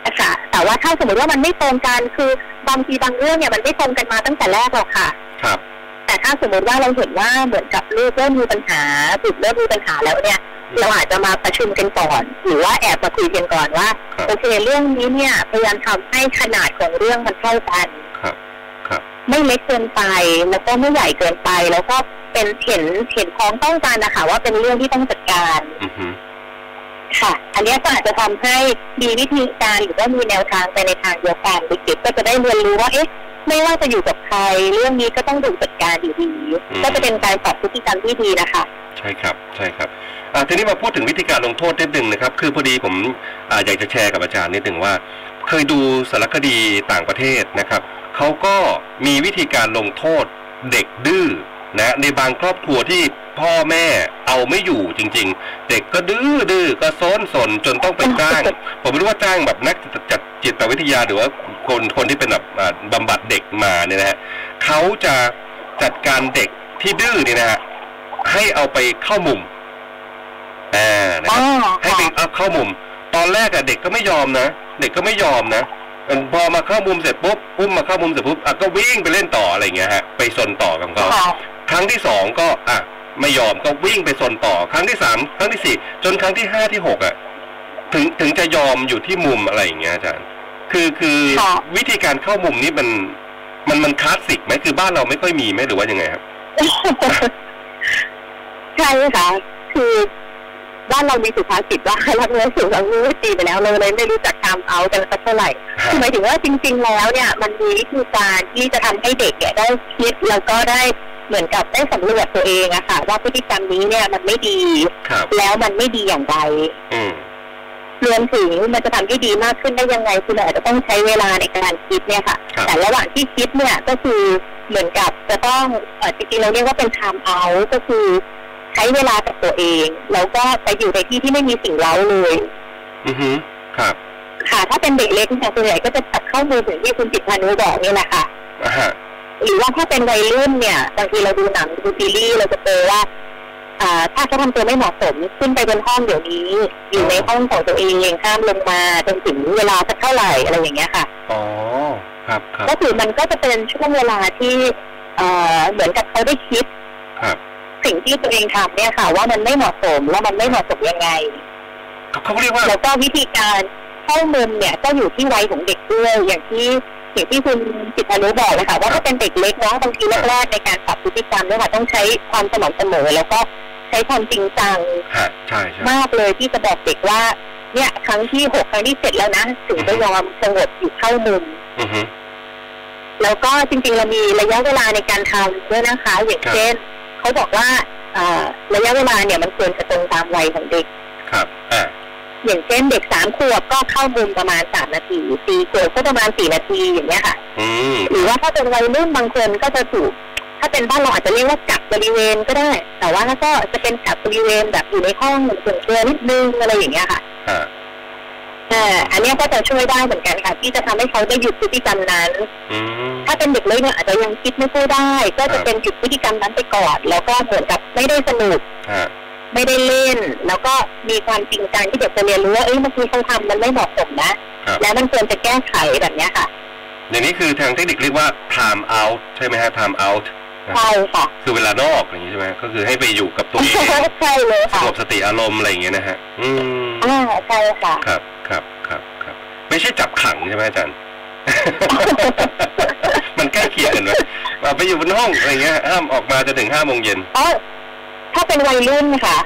C: นะคะแต่ว่าถ้าสมมติว่ามันไม่ตรงกันคือบางทีบางเรื่องเนี่ยมันไม่ตรงกันมาตั้งแต่แรกหรอกค่ะ
B: ครับ
C: แต่ถ้าสมมติว่าเราเห็นว่าเหมือนกับลูกเริ่มมีปัญหาบุตรเริ่มมีปัญหาแล้วเนี่ย
B: อืม
C: เราอาจจะมาประชุมกันก่อน หรือว่าแอบมาคุยกันก่อนว่า
B: ครับ
C: โอเคเรื่องนี้เนี่ยพยายามทำให้ขนาดของเรื่องมันเท่ากัน
B: ครับ
C: ไม่เล็กเกินไปแล้วก็ไม่ใหญ่เกินไป แล้วก็เป็นเห็นเห็นพ้องต้องกันนะคะว่าเป็นเรื่องที่ต้องจัดการ
B: อือฮึ
C: ค่ะ อันเนี้ยก็อาจจะทำให้มีวิธีการหรือว่ามีแนวทางไปในทางเดียวกันเด็กๆก็จะได้เรียนรู้ว่าเอ๊ะไม่ว่าจะอยู่กับใคร เรื่องนี้ก็ต้องถูกจัดการอยู่ดีก็จะเป็นการปรับพฤติกรรมที่ดีนะคะ
B: ใช่ครับ ใช่ครับอ่าทีนี้มาพูดถึงวิธีการลงโทษนิดหนึ่งนะครับ คือพอดีผมอ่าอยากจะแชร์กับอาจารย์นิดหนึ่งว่า เคยดูสารคดีต่างประเทศนะครับ เขาก็มีวิธีการลงโทษเด็กดื้อนะในบางครอบครัวที่พ่อแม่เอาไม่อยู่จริง ๆ เด็กก็ดื้อดื้อก็โซนสนจนต้องไปจ้าง ผมไม่รู้ว่าจ้างแบบนักจัดจิตวิทยาหรือว่าคนคนที่เป็นแบบอ่าบำบัดเด็กมาเนี่ยนะฮะเขาจะจัดการเด็กที่ดื้อเนี่ยนะฮะให้เอาไปเข้ามุมอ่านะครับ
C: อ๋อ
B: ให้ไปเอาเข้ามุม ตอนแรกอะเด็กก็ไม่ยอมนะ เด็กก็ไม่ยอมนะเอิ่มพอมาเข้ามุมเสร็จปุ๊บอุ้มมาเข้ามุมเสร็จปุ๊บอ่ะก็วิ่งไปเล่นต่ออะไรอย่างเงี้ยฮะไปซนต่อกับเขา
C: ค่ะ
B: ครั้งที่สองก็อ่ะไม่ยอมก็วิ่งไปซนต่อ ครั้งที่สามครั้งที่สี่จนครั้งที่ห้าที่หกอะถึงถึงจะยอมอยู่ที่มุมอะไรอย่างเงี้ยอาจารย์คือคือ
C: ค่ะ
B: วิธีการเข้ามุมนี่มันมันมันคลาสสิกไหมคือบ้านเราไม่ค่อยมีไหมหรือว่ายังไงครับ
C: ใช่ค่ะ คือบ้ านเรามีสุภาษิตว่า รักเนื้อสูงรักเนื้อตีไปแล้วเราเลยไม่รู้จักตามเอากันสักเท่าไหร่คือหมายถึงว่าจริง ๆ แล้วเนี่ยมันมีวิธีการที่จะทำให้เด็กเนี่ยได้คิดแล้วก็ได้เหมือนกับได้สำรวจตัวเองอะค่ะ ว่าพฤติกรรมนี้เนี่ยมันไม่ดี
B: ครับ
C: แล้วมันไม่ดีอย่างไร
B: อืม
C: รวมถึงมันจะทำให้ดีมากขึ้นได้ยังไงคุณอาจจะต้องใช้เวลาในการคิดเนี่ยค่ะ
B: ครับ
C: แต่ระหว่างที่คิดเนี่ยก็คือเหมือนกับจะต้องเอ่อจริงๆเราเรียกว่าเป็น time out ก็คือใช้เวลากับตัวเอง แล้วก็ไปอยู่ในที่ที่ไม่มีสิ่งเร้าเลย
B: อือฮึครับ
C: ค่ะ ถ้าเป็นเด็กเล็กเนี่ยส่วนใหญ่ก็จะจับเข้ามือถึงที่คุณจิตพานุบอกนี่แหละค่ะ
B: อ่าฮะ
C: หรือว่าถ้าเป็นวัยรุ่นเนี่ยบางทีเราดูหนังดูซีรีส์เราจะเจอว่าอ่า ถ้าเขาทำตัวไม่เหมาะสมขึ้นไปบนห้องเดี๋ยวนี้ อยู่ในห้องของตัวเองห้ามลงมาจนถึงเวลาสักเท่าไหร่อะไรอย่างเงี้ยค่ะ
B: อ๋อ ครับครับ
C: ก็คือมันก็จะเป็นช่วงเวลาที่เอ่อเหมือนกับเขาได้คิด
B: ครับ
C: สิ่งที่ตัวเองทำเนี่ยค่ะ ว่ามันไม่เหมาะสมแล้วมันไม่เหมาะสมยังไง
B: เขาเรียกว่า
C: แล้วก็วิธีการเข้ามุมเนี่ยก็อยู่ที่วัยของเด็กด้วยอย่างที่อย่างที่คุณจิตพานุบอกเลยค่ะว่าถ้าเป็นเด็กเล็กเนาะบางทีแรกๆในการปรับพฤติกรรมเนี่ยค่ะต้องใช้ความสม่ำเสมอ แล้วก็ใช้ความจริงจัง
B: ฮะ ใช่ใช่
C: มากเลยที่จะบอกเด็กว่าเนี่ยครั้งที่หกครั้งที่เจ็ดแล้วนะถึงจะยอมสงบอยู่เข้ามุม
B: อือฮึ
C: แล้วก็จริงๆเรามีระยะเวลาในการทำด้วยนะคะ อย่างเช่นเขาบอกว่าเอ่อระยะเวลาเนี่ยมันควรจะตรงตามวัยของเด็ก
B: ครับ อ่า
C: อย่างเช่นเด็กสามขวบก็เข้ามุมประมาณสามนาทีสี่ขวบก็ประมาณสี่นาทีอย่างเงี้ยค่ะ
B: อืม
C: หรือว่าถ้าเป็นวัยรุ่นบางคนก็จะถูก ถ้าเป็นบ้านเราอาจจะเรียกว่ากักบริเวณก็ได้ แต่ว่าก็จะเป็นกักบริเวณแบบอยู่ในห้องส่วนตัวนิดนึงอะไรอย่างเงี้ยค่ะ
B: ฮะ
C: เอ่ออันเนี้ยก็จะช่วยได้เหมือนกันค่ะ ที่จะทำให้เขาได้หยุดพฤติกรรมนั้น
B: อืม
C: ถ้าเป็นเด็กเล็กเนี่ยอาจจะยังคิดไม่ค่อยได้ ก็
B: ครั
C: จะ
B: บ
C: เป็นหยุดพฤติกรรมนั้นไปก่อน แล้วก็เหมือนกับไม่ได้สนุก
B: ฮะ
C: ไม่ได้เล่น แล้วก็มีความจริงจังที่เด็กจะเรียนรู้ว่าเอ้ยเมื่อกี้เขาทำมันไม่เหมาะสมนะ
B: ครับ
C: แล้วมันควรจะแก้ไขแบบเนี้ยค่ะ
B: อย่างนี้คือทางเทคนิคเรียกว่า time out ใช่ไหมฮะ time out
C: ใช่ค่ะ
B: คือเวลานอกอย่างนี้ใช่ไหมก็คือให้ไปอยู่กับ ตัวเอง
C: ใช่เลย
B: ส
C: ค่ะ
B: งบสติอารมณ์อะไรอย่างเงี้ยนะฮะ อืม
C: อ่าใช่ค่ะ
B: ครับ ครับ ครับ ครับ ไม่ใช่จับขังใช่ไหมอาจารย์ มันใกล้เคียงกันไหมว่าไปอยู่บนห้องอะไรเงี้ย ห้ามออกมาจนถึงห้าโมงเย็น
C: เออถ้าเป็นวัยรุ่นค่ะ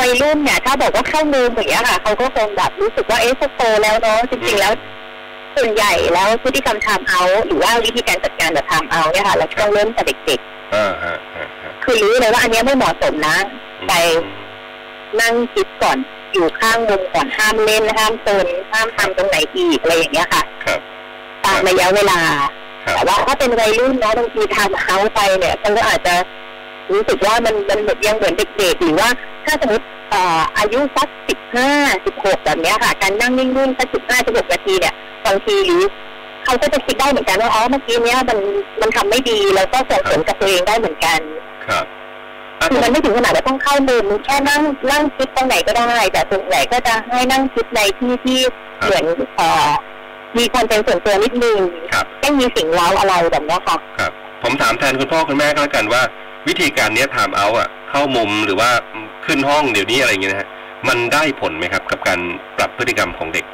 C: วัยรุ่นเนี่ย ถ้าบอกว่าเข้ามืออย่างเงี้ยค่ะเขาก็คงแบบรู้สึกว่าเอ๊ะเขาโตแล้วเนาะจริงๆแล้ว ส่วนใหญ่แล้วพฤติกรรมทำเอาหรือว่าวิธีการจัดการแบบทำเอาเนี่ยค่ะเราต้องเริ่มจากเด็ก
B: อ่าฮะฮะฮะ
C: ๆ คือรู้เลยว่าอันเนี้ยไม่เหมาะสมนะ ไป นั่งคิดก่อนอยู่ข้างมุมก่อนห้ามเล่นห้ามโซนห้ามทำตรงไหนอีกอะไรอย่างเงี้ยค่ะ
B: ครับ
C: ตามระยะเวลา
B: ครับ
C: แต่ว่าถ้าเป็นวัยรุ่นเนาะบางทีทำเอาไปเนี่ยมันก็อาจจะรู้สึกว่ามันมันเหมือนยังเหมือนเด็กๆหรือว่าถ้าสมมติเอ่ออายุสักสิบห้าสิบหกแบบเนี้ยค่ะ การนั่งนิ่งๆสักสิบห้าสิบหกนาทีเนี่ยบางทีหรือเขาก็จะคิดได้เหมือนกันว่าอ๋อเมื่อกี้เนี้ยมันมันทำไม่ดีแล้วก็ส่งผลกับตัวเองได้เหมือนกัน
B: ครับอ่ะ
C: คือมันไม่ถึงขนาดว่าต้องเข้ามุมแค่นั่งนั่งคิดตรงไหนก็ได้ แต่ส่วนใหญ่ก็จะให้นั่งคิดในที่ที่เหมือนเอ่อมีความเป็นส่วนตัวนิดนึง
B: ครับ
C: ไม่มีสิ่งเล้าอะไรแบบเนี้ยค่ะ
B: ครับ ผมถามแทนคุณพ่อคุณแม่ก็แล้วกันว่า วิธีการเนี้ยถามเอาอ่ะ เข้ามุมหรือว่าขึ้นห้องเดี๋ยวนี้อะไรอย่างเงี้ยนะฮะ มันได้ผลไหมครับ กับการปรับพฤติกรรมของเด็ก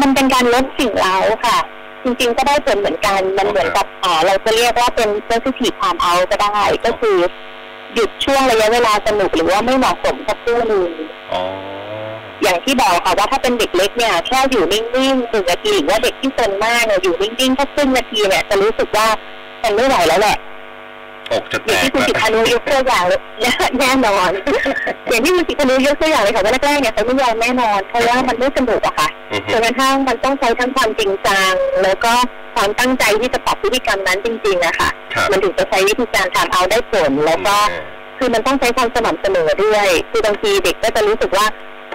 C: มันเป็นการลดสิ่งเล้าค่ะ จริงๆก็ได้ผลเหมือนกันมันเหมือนกับเอ่อเราจะเรียกว่าเป็น positive time out ก็ได้ ก็คือหยุดช่วงระยะเวลาสนุกหรือว่าไม่เหมาะสมกับผู้อื่น
B: อ๋อ
C: อย่างที่บอกค่ะว่าถ้าเป็นเด็กเล็กเนี่ยแค่อยู่นิ่งๆหนึ่งนาทีหรือว่าเด็กที่ซนมากเนี่ยอยู่นิ่งๆแค่ครึ่งนาทีเนี่ยจะรู้สึกว่ามันไม่ไหวแล้วแหละ
B: อกจะ
C: อ
B: แต
C: ย่า
B: ก
C: งที่คุณจิตานุยกตัวอย่างเลย แน่นอน อย่างที่คุณจิตานุยกตัวอย่างเลยค่ะว่าแรกๆเนี่ยเขาไม่ยอมแน่นอนเพราะว่ามันไม่สนุกอะค่ะ
B: อือฮึ
C: จนกระทั่งมันต้องใช้ทั้งความจริงจังแล้วก็ความตั้งใจที่จะปรับพฤติกรรมนั้นจริงๆนะคะ
B: ครับ
C: มันถึงจะใช้วิธีการทำเอาได้ผลแล้วก็ คือมันต้องใช้ความสม่ำเสมอด้วย คือบางทีเด็กก็จะรู้สึกว่า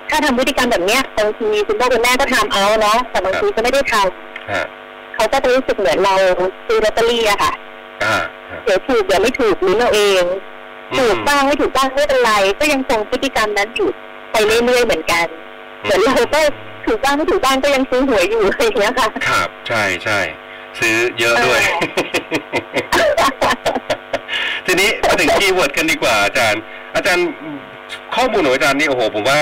C: ถ้าทำพฤติกรรมแบบเนี้ยบางทีคุณพ่อคุณแม่ก็ทำเอาเนาะ แต่บางทีก็ไม่ได้ท
B: ฮะ
C: ำเขาก็จะรู้สึกเหมือนเราซื้อลอตเตอรี่อะค่ะ
B: อ่าฮะ
C: เดี๋ยวถูกเดี๋ยวไม่ถูกลุ้นเอาเอง
B: อื
C: ถู
B: ม
C: กบ้างไม่ถูกบ้างไม่เป็นไร ก็ยังคงพฤติกรรมนั้นอยู่ไปเรื่อยๆเหมือนกัน เหมือนเราก็ถูกบ้างไม่ถูกบ้างก็ยังซื้อหวยอยู่อะไรอย่างเงี้ยค่ะ
B: ครับ ใช่ใช่ ซื้อเยอะด้วย ทีนี้มาถึงคีย์เวิร์ดกันดีกว่าอาจารย์ อาจารย์ข้อมูลของอาจารย์นี่โอ้โหผมว่า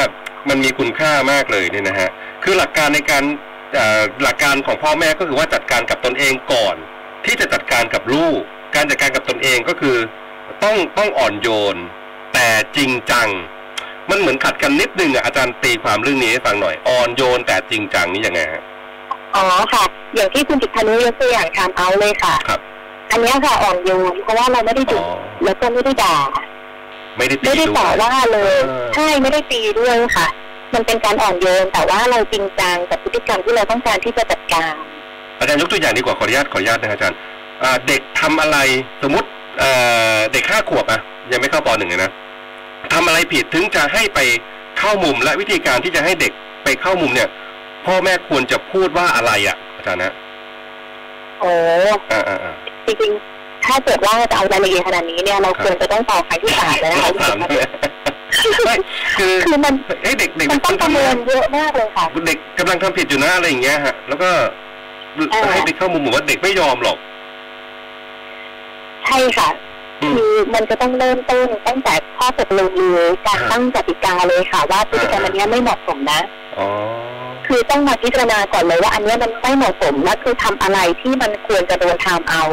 B: มันมีคุณค่ามากเลยเนี่ยนะฮะ คือหลักการในการเอ่อหลักการของพ่อแม่ก็คือว่าจัดการกับตนเองก่อน ที่จะจัดการกับลูก การจัดการกับตนเองก็คือ ต้องต้องอ่อนโยน แต่จริงจัง มันเหมือนขัดกันนิดนึงอ่ะอาจารย์ตีความเรื่องนี้ให้ฟังหน่อยอ่อนโยนแต่จริงจังนี่ยังไงฮะ
C: อ๋อค่ะ อย่างที่คุณจิตพานุยกตัวอย่างทำเอาเลยค่ะ
B: ครับ
C: อันเนี้ยค่ะอ่อนโยนเพราะว่าเราไม่ได้
B: อ๋
C: ดุ
B: อ
C: แล้วก็ไม่ได้ด่า
B: ไม่ได้ตี
C: ไม่ได้
B: ด้
C: ต่อ
B: วย
C: ว่าเลย
B: เออ
C: ใช่ไม่ได้ตีด้วยค่ะ มันเป็นการอ่อนโยนแต่ว่าเราจริงจังกับพฤติกรรมที่เราต้องการที่จะจัดการ
B: อาจารย์ยกตัวอย่างดีกว่าขออนุญาตขออนุญาตนะครับอาจารย์อ่าเด็กทำอะไรสมมติเอ่อเด็กห้าขวบอะยังไม่เข้าปหนึ่งเลยนะทำอะไรผิดถึงจะให้ไปเข้ามุมและวิธีการที่จะให้เด็กไปเข้ามุมเนี่ย พ่อแม่ควรจะพูดว่าอะไรอะอาจารย์นะ
C: โอ้
B: อ่าอ่าอ่า
C: จริงๆ ถ้าเกิดว่าจะเอารายละเอียดขนาดนี้เนี่ย เรา
B: ครับ
C: ควรจะต้องต่อครั้งที่สาม แล้วนะคะ
B: ถามด้วยไม่คือ
C: คือมัน
B: เอ้ยเด็กเด็ก
C: มันต้องประเมินเยอะมากเลยค่ะ
B: เด็กกำลังทำผิดอยู่นะอะไรอย่างเงี้ยฮะแล้วก็
C: เออ
B: ให้ไปเข้ามุมผมว่าเด็กไม่ยอมหรอก
C: ใช่ค่ะ
B: อืม
C: คือมันจะต้องเริ่มต้นตั้งแต่ข้อตกลงเลยการ
B: อ่า
C: ตั้งกติกาเลยค่ะ ว่าพฤติกรรมอันเนี้ยไม่เหมาะสมนะ
B: อ๋อ
C: คือต้องมาพิจารณาก่อนเลยว่าอันเนี้ยมันไม่เหมาะสมและคือทำอะไรที่มันควรจะโดนทำเอา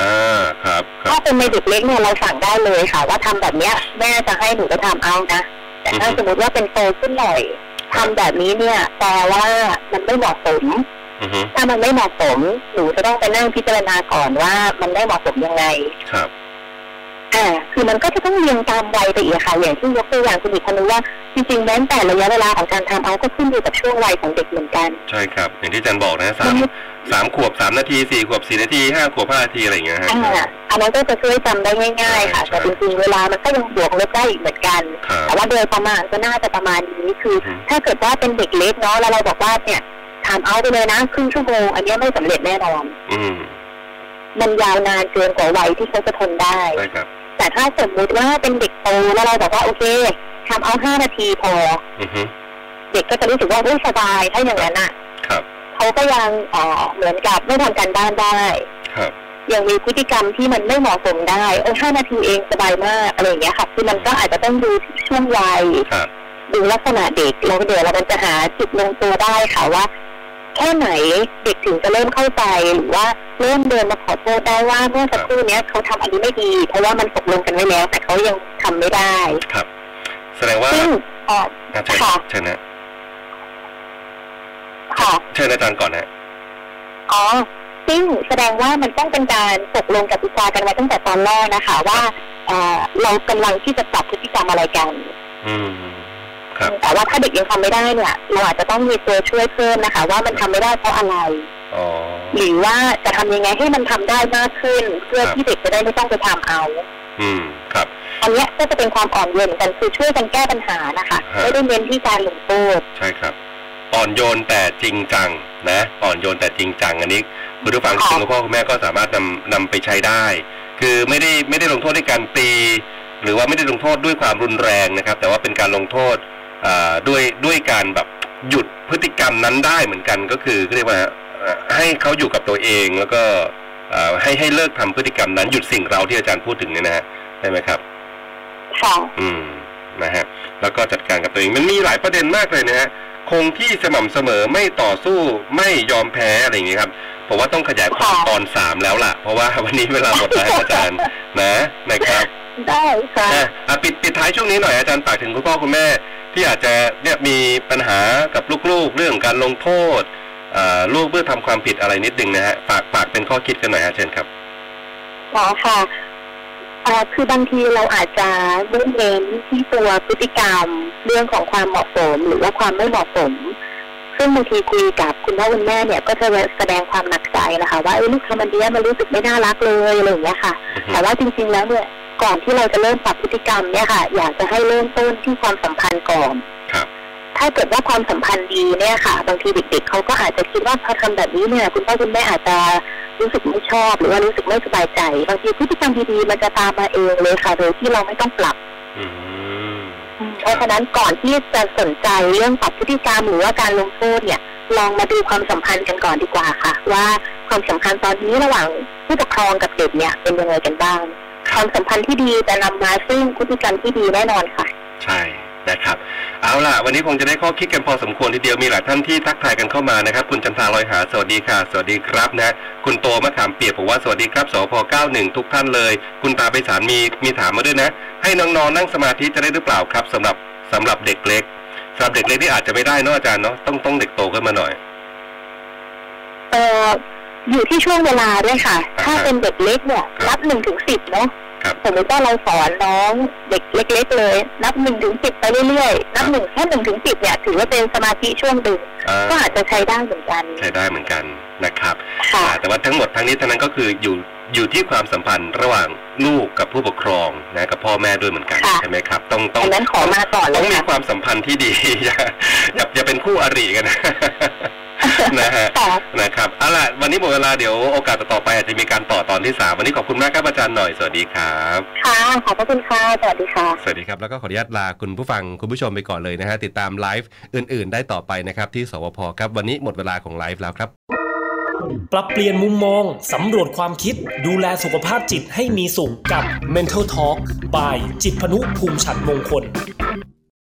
B: อ่าครับครับ
C: ถ้าเป็นในเด็กเล็กเนี่ยเราสั่งได้เลยค่ะ ว่าทำแบบเนี้ย แม่จะให้หนูไปทำเอานะ แต่ถ้า
B: อือฮึ
C: สมมติว่าเป็นโตขึ้นหน่อยทำแบบนี้เนี่ยแปลว่ามันไม่เหมาะสม
B: อือฮึ
C: ถ้ามันไม่เหมาะสมหนูจะต้องไปนั่งพิจารณาก่อนว่ามันไม่เหมาะสมยังไง
B: ครับ
C: อ่าคือมันก็จะต้องเรียงตามวัยไปอีกค่ะอย่างที่ยกตัวอย่างคุณอิทธานุว่าจริงๆแม้แต่ระยะเวลาของการทำเอาก็ขึ้นอยู่กับช่วงวัยของเด็กเหมือนกัน
B: ใช่ครับ อย่างที่อาจารย์บอกนะสาม
C: มัน
B: สามขวบสามนาทีสี่ขวบสี่นาทีห้าขวบห้านาทีอะไรอย่างเงี้ยฮะ
C: อ่าอันนั้นก็จะช่วยจำได้ง่าย ๆ ค่ะ
B: ใช่
C: แต่จริงๆเวลามันก็ยังบวกลบได้อีกเหมือนกัน
B: ครับ
C: แต่ว่าโดยประมาณก็น่าจะประมาณนี้คืออ
B: ม
C: ถ้าเกิดว่าเป็นเด็กเล็กเนาะแล้วเราบอกว่าเนี่ยถามเอาไปเลยนะครึ่งชั่วโมงอันเนี้ยไม่สำเร็จแน่นอน
B: อืม
C: มันยาวนานเกินกว่าวัยที่เขาจะทนได้
B: ใช่ครับ
C: แต่ถ้าสมมุติว่าเป็นเด็กโตแล้วเราบอกว่าโอเคทำเอาห้านาทีพอ
B: อือฮึ
C: เด็กก็จะรู้สึกว่าเอ้ยสบายถ้าอย่างนั้นอ่ะ
B: ครับ
C: เขาก็ยังเอ่อเหมือนกับไม่ทำการบ้านได้
B: ครับ
C: ยังมีพฤติกรรมที่มันไม่เหมาะสมได้โอ้ห้านาทีเองสบายมากอะไรอย่างเงี้ยค่ะคือมันก็อาจจะต้องดูที่ช่วงวัย
B: ครับ
C: ดูลักษณะเด็กเราเดี๋ยวเรามันจะหาจุดลงตัวได้ค่ะว่า แค่ไหนเด็กถึงจะเริ่มเข้าใจหรือว่าเริ่มเดินมาขอโทษได้ว่าเมื่อสักครู่เนี้ยเขาทำอันนี้ไม่ดี เพราะว่ามันตกลงกันไว้แล้ว แต่เขายังทำไม่ได้
B: ครับ แสดงว่า
C: ซึ่งเอ่อ
B: อ่ะเชิญ
C: ค่ะ
B: เชิญนะ
C: ค่ะ
B: เชิญอาจารย์ก่อนนะ
C: อ๋อซึ่งแสดงว่ามันต้องเป็นการตกลงกติกากันไว้ตั้งแต่ตอนแรกนะคะ ว่าเอ่อเรากำลังที่จะปรับพฤติกรรมอะไรกัน
B: อืม ครับ
C: แต่ว่าถ้าเด็กยังทำไม่ได้เนี่ยเราอาจจะต้องมีตัวช่วยเพิ่มนะคะ ว่ามันทำไม่ได้เพราะอะไร
B: อ๋อ
C: หรือว่าจะทำยังไงให้มันทำได้มากขึ้น เพื่อ
B: ครับ
C: ที่เด็กจะได้ไม่ต้องไปทำเอา
B: อืม ครับ
C: อันเนี้ยก็จะเป็นความอ่อนโยนเหมือนกันคือช่วยกันแก้ปัญหานะคะ
B: ฮะ
C: ไม่ได้เน้นที่การลงโทษ
B: ใช่ครับ อ่อนโยนแต่จริงจังนะ อ่อนโยนแต่จริงจังอันนี้คุณผู้ฟังคุณพ่อคุณแม่ก็สามารถนำนำไปใช้ได้ คือไม่ได้ไม่ได้ลงโทษด้วยการตี หรือว่าไม่ได้ลงโทษด้วยความรุนแรงนะครับ แต่ว่าเป็นการลงโทษอ่าด้วยด้วยการแบบหยุดพฤติกรรมนั้นได้เหมือนกันก็คือเรียกว่าเอ่อให้เขาอยู่กับตัวเองแล้วก็เอ่อให้ให้เลิกทำพฤติกรรมนั้นหยุดสิ่งเราที่อาจารย์พูดถึงเนี่ยนะฮะได้ไหมครับ
C: ค่ะ
B: อืมนะฮะแล้วก็จัดการกับตัวเองมันมีหลายประเด็นมากเลยนะฮะคงที่สม่ำเสมอไม่ต่อสู้ไม่ยอมแพ้อะไรอย่างนี้ครับผมว่าต้องขยายความตอนสามแล้วล่ะ เพราะว่าวันนี้เวลาหมดแล้วอาจารย์นะ นะครับ
C: ได้ค่ะ
B: อ่ะอ่ะปิดปิดท้ายช่วงนี้หน่อยอาจารย์ฝากถึงคุณพ่อคุณแม่ ที่อาจจะเนี่ยมีปัญหากับลูกๆ เรื่องการลงโทษอ่าลูกเพื่อทำความผิดอะไรนิดนึงนะฮะฝากฝากเป็นข้อคิดกันหน่อยฮะเชิญครับ
C: หมอค่ะเอ่อคือบางทีเราอาจจะมุ่งเน้นที่ตัวพฤติกรรม เรื่องของความเหมาะสม หรือว่าความไม่เหมาะสม ซึ่งบางทีคุยกับคุณพ่อคุณแม่เนี่ยก็จะแสดงความหนักใจนะคะ ว่าเอ้ยลูกทำอันเนี้ยมันรู้สึกไม่น่ารักเลยอะไรอย่างเงี้ยค่ะ แต่ว่าจริงๆแล้วเนี่ยก่อนที่เราจะเริ่มปรับพฤติกรรมเนี่ยค่ะ อยากจะให้เริ่มต้นที่ความสัมพันธ์ก่อน
B: ครับ
C: ถ้าเกิดว่าความสัมพันธ์ดีเนี่ยค่ะ บางทีเด็ก ๆเขาก็อาจจะคิดว่าพอทำแบบนี้เนี่ยคุณพ่อคุณแม่อาจจะรู้สึกไม่ชอบ หรือว่ารู้สึกไม่สบายใจบางทีพฤติกรรมดีๆมันจะตามมาเองเลยค่ะโดยที่เราไม่ต้องปรับ
B: อืม
C: เพราะฉะนั้นก่อนที่จะสนใจเรื่องปรับพฤติกรรมหรือว่าการลงโทษเนี่ย ลองมาดูความสัมพันธ์กันก่อนดีกว่าค่ะ ว่าความสัมพันธ์ตอนนี้ระหว่างผู้ปกครองกับเด็กเนี่ยเป็นยังไงกันบ้าง ความสัมพันธ์ที่ดีจะนำมาซึ่งพฤติกรรมที่ดีแน่นอนค่ะ
B: ใช่นะครับ เอาล่ะ วันนี้คงจะได้ข้อคิดกันพอสมควรทีเดียวมีหลายท่านที่ทักทายกันเข้ามานะครับ คุณจำทาลอยหาสวัสดีค่ะ สวัสดีครับนะคุณโตมะขามเปียกผมว่าสวัสดีครับสพ91 ทุกท่านเลย คุณตาไปสารมีมีถามมาด้วยนะ ให้น้องๆนนั่งสมาธิจะได้หรือเปล่าครับสำหรับ สำหรับเด็กเล็กสำหรับเด็กเล็กนี่อาจจะไม่ได้เนอะอาจารย์เนาะต้องต้องเด็กโตขึ้นมาหน่อย
C: เอ่ออยู่ที่ช่วงเวลาด้วยค่ะ ถ้า
B: อ่าฮะ
C: เป็นเด็กเล็กเนี่ย
B: ครับ
C: นับหนึ่งถึงสิบเนาะ
B: ครับ
C: สมมติว่าเราสอนน้องเด็กเล็ก ๆ เลย นับหนึ่งถึงสิบไปเรื่อยๆนับหนึ่งแค่หนึ่งถึงสิบเนี่ยถือว่าเป็นสมาธิช่วงดึง
B: อ่า
C: ก็อาจจะใช้ได้เหมือนกัน
B: ใช้ได้เหมือนกันนะครับ
C: ค่ะ
B: อ่าแต่ว่าทั้งหมดทั้งนี้ทั้งนั้นก็คืออยู่อยู่ที่ความสัมพันธ์ระหว่างลูกกับผู้ปกครองนะกับพ่อแม่ด้วยเหมือนกัน
C: ค่ะ
B: ใช่ไหมครับ ต้องต้อง
C: อันนั้นขอมาก่อนเล
B: ต้อย งมี
C: ค่ะ
B: ความสัมพันธ์ที่ดี อย่าอย่าอย่าเป็นคู่อริกัน นะ นะฮะ
C: แต่
B: นะครับเอาล่ะวันนี้หมดเวลาเดี๋ยวโอกาสต่อๆไปอาจจะมีการต่อตอนที่สามวันนี้ขอบคุณมากครับอาจารย์หน่อย สวัสดีครับ
C: ค่ะขอบพระคุณค่ะสวัสดีค่ะ
B: สวัสดีครับ แล้วก็ขออนุญาตลาคุณผู้ฟังคุณผู้ชมไปก่อนเลยนะฮะ ติดตามไลฟ์อื่นๆ ได้ต่อไปนะครับ ที่สวพครับ วันนี้หมดเวลาของไลฟ์แล้วครับ
A: ปรับเปลี่ยนมุมมอง สำรวจความคิด ดูแลสุขภาพจิตให้มีสุขกับ Mental Talk by จิตพนุภูมิฉันมงคล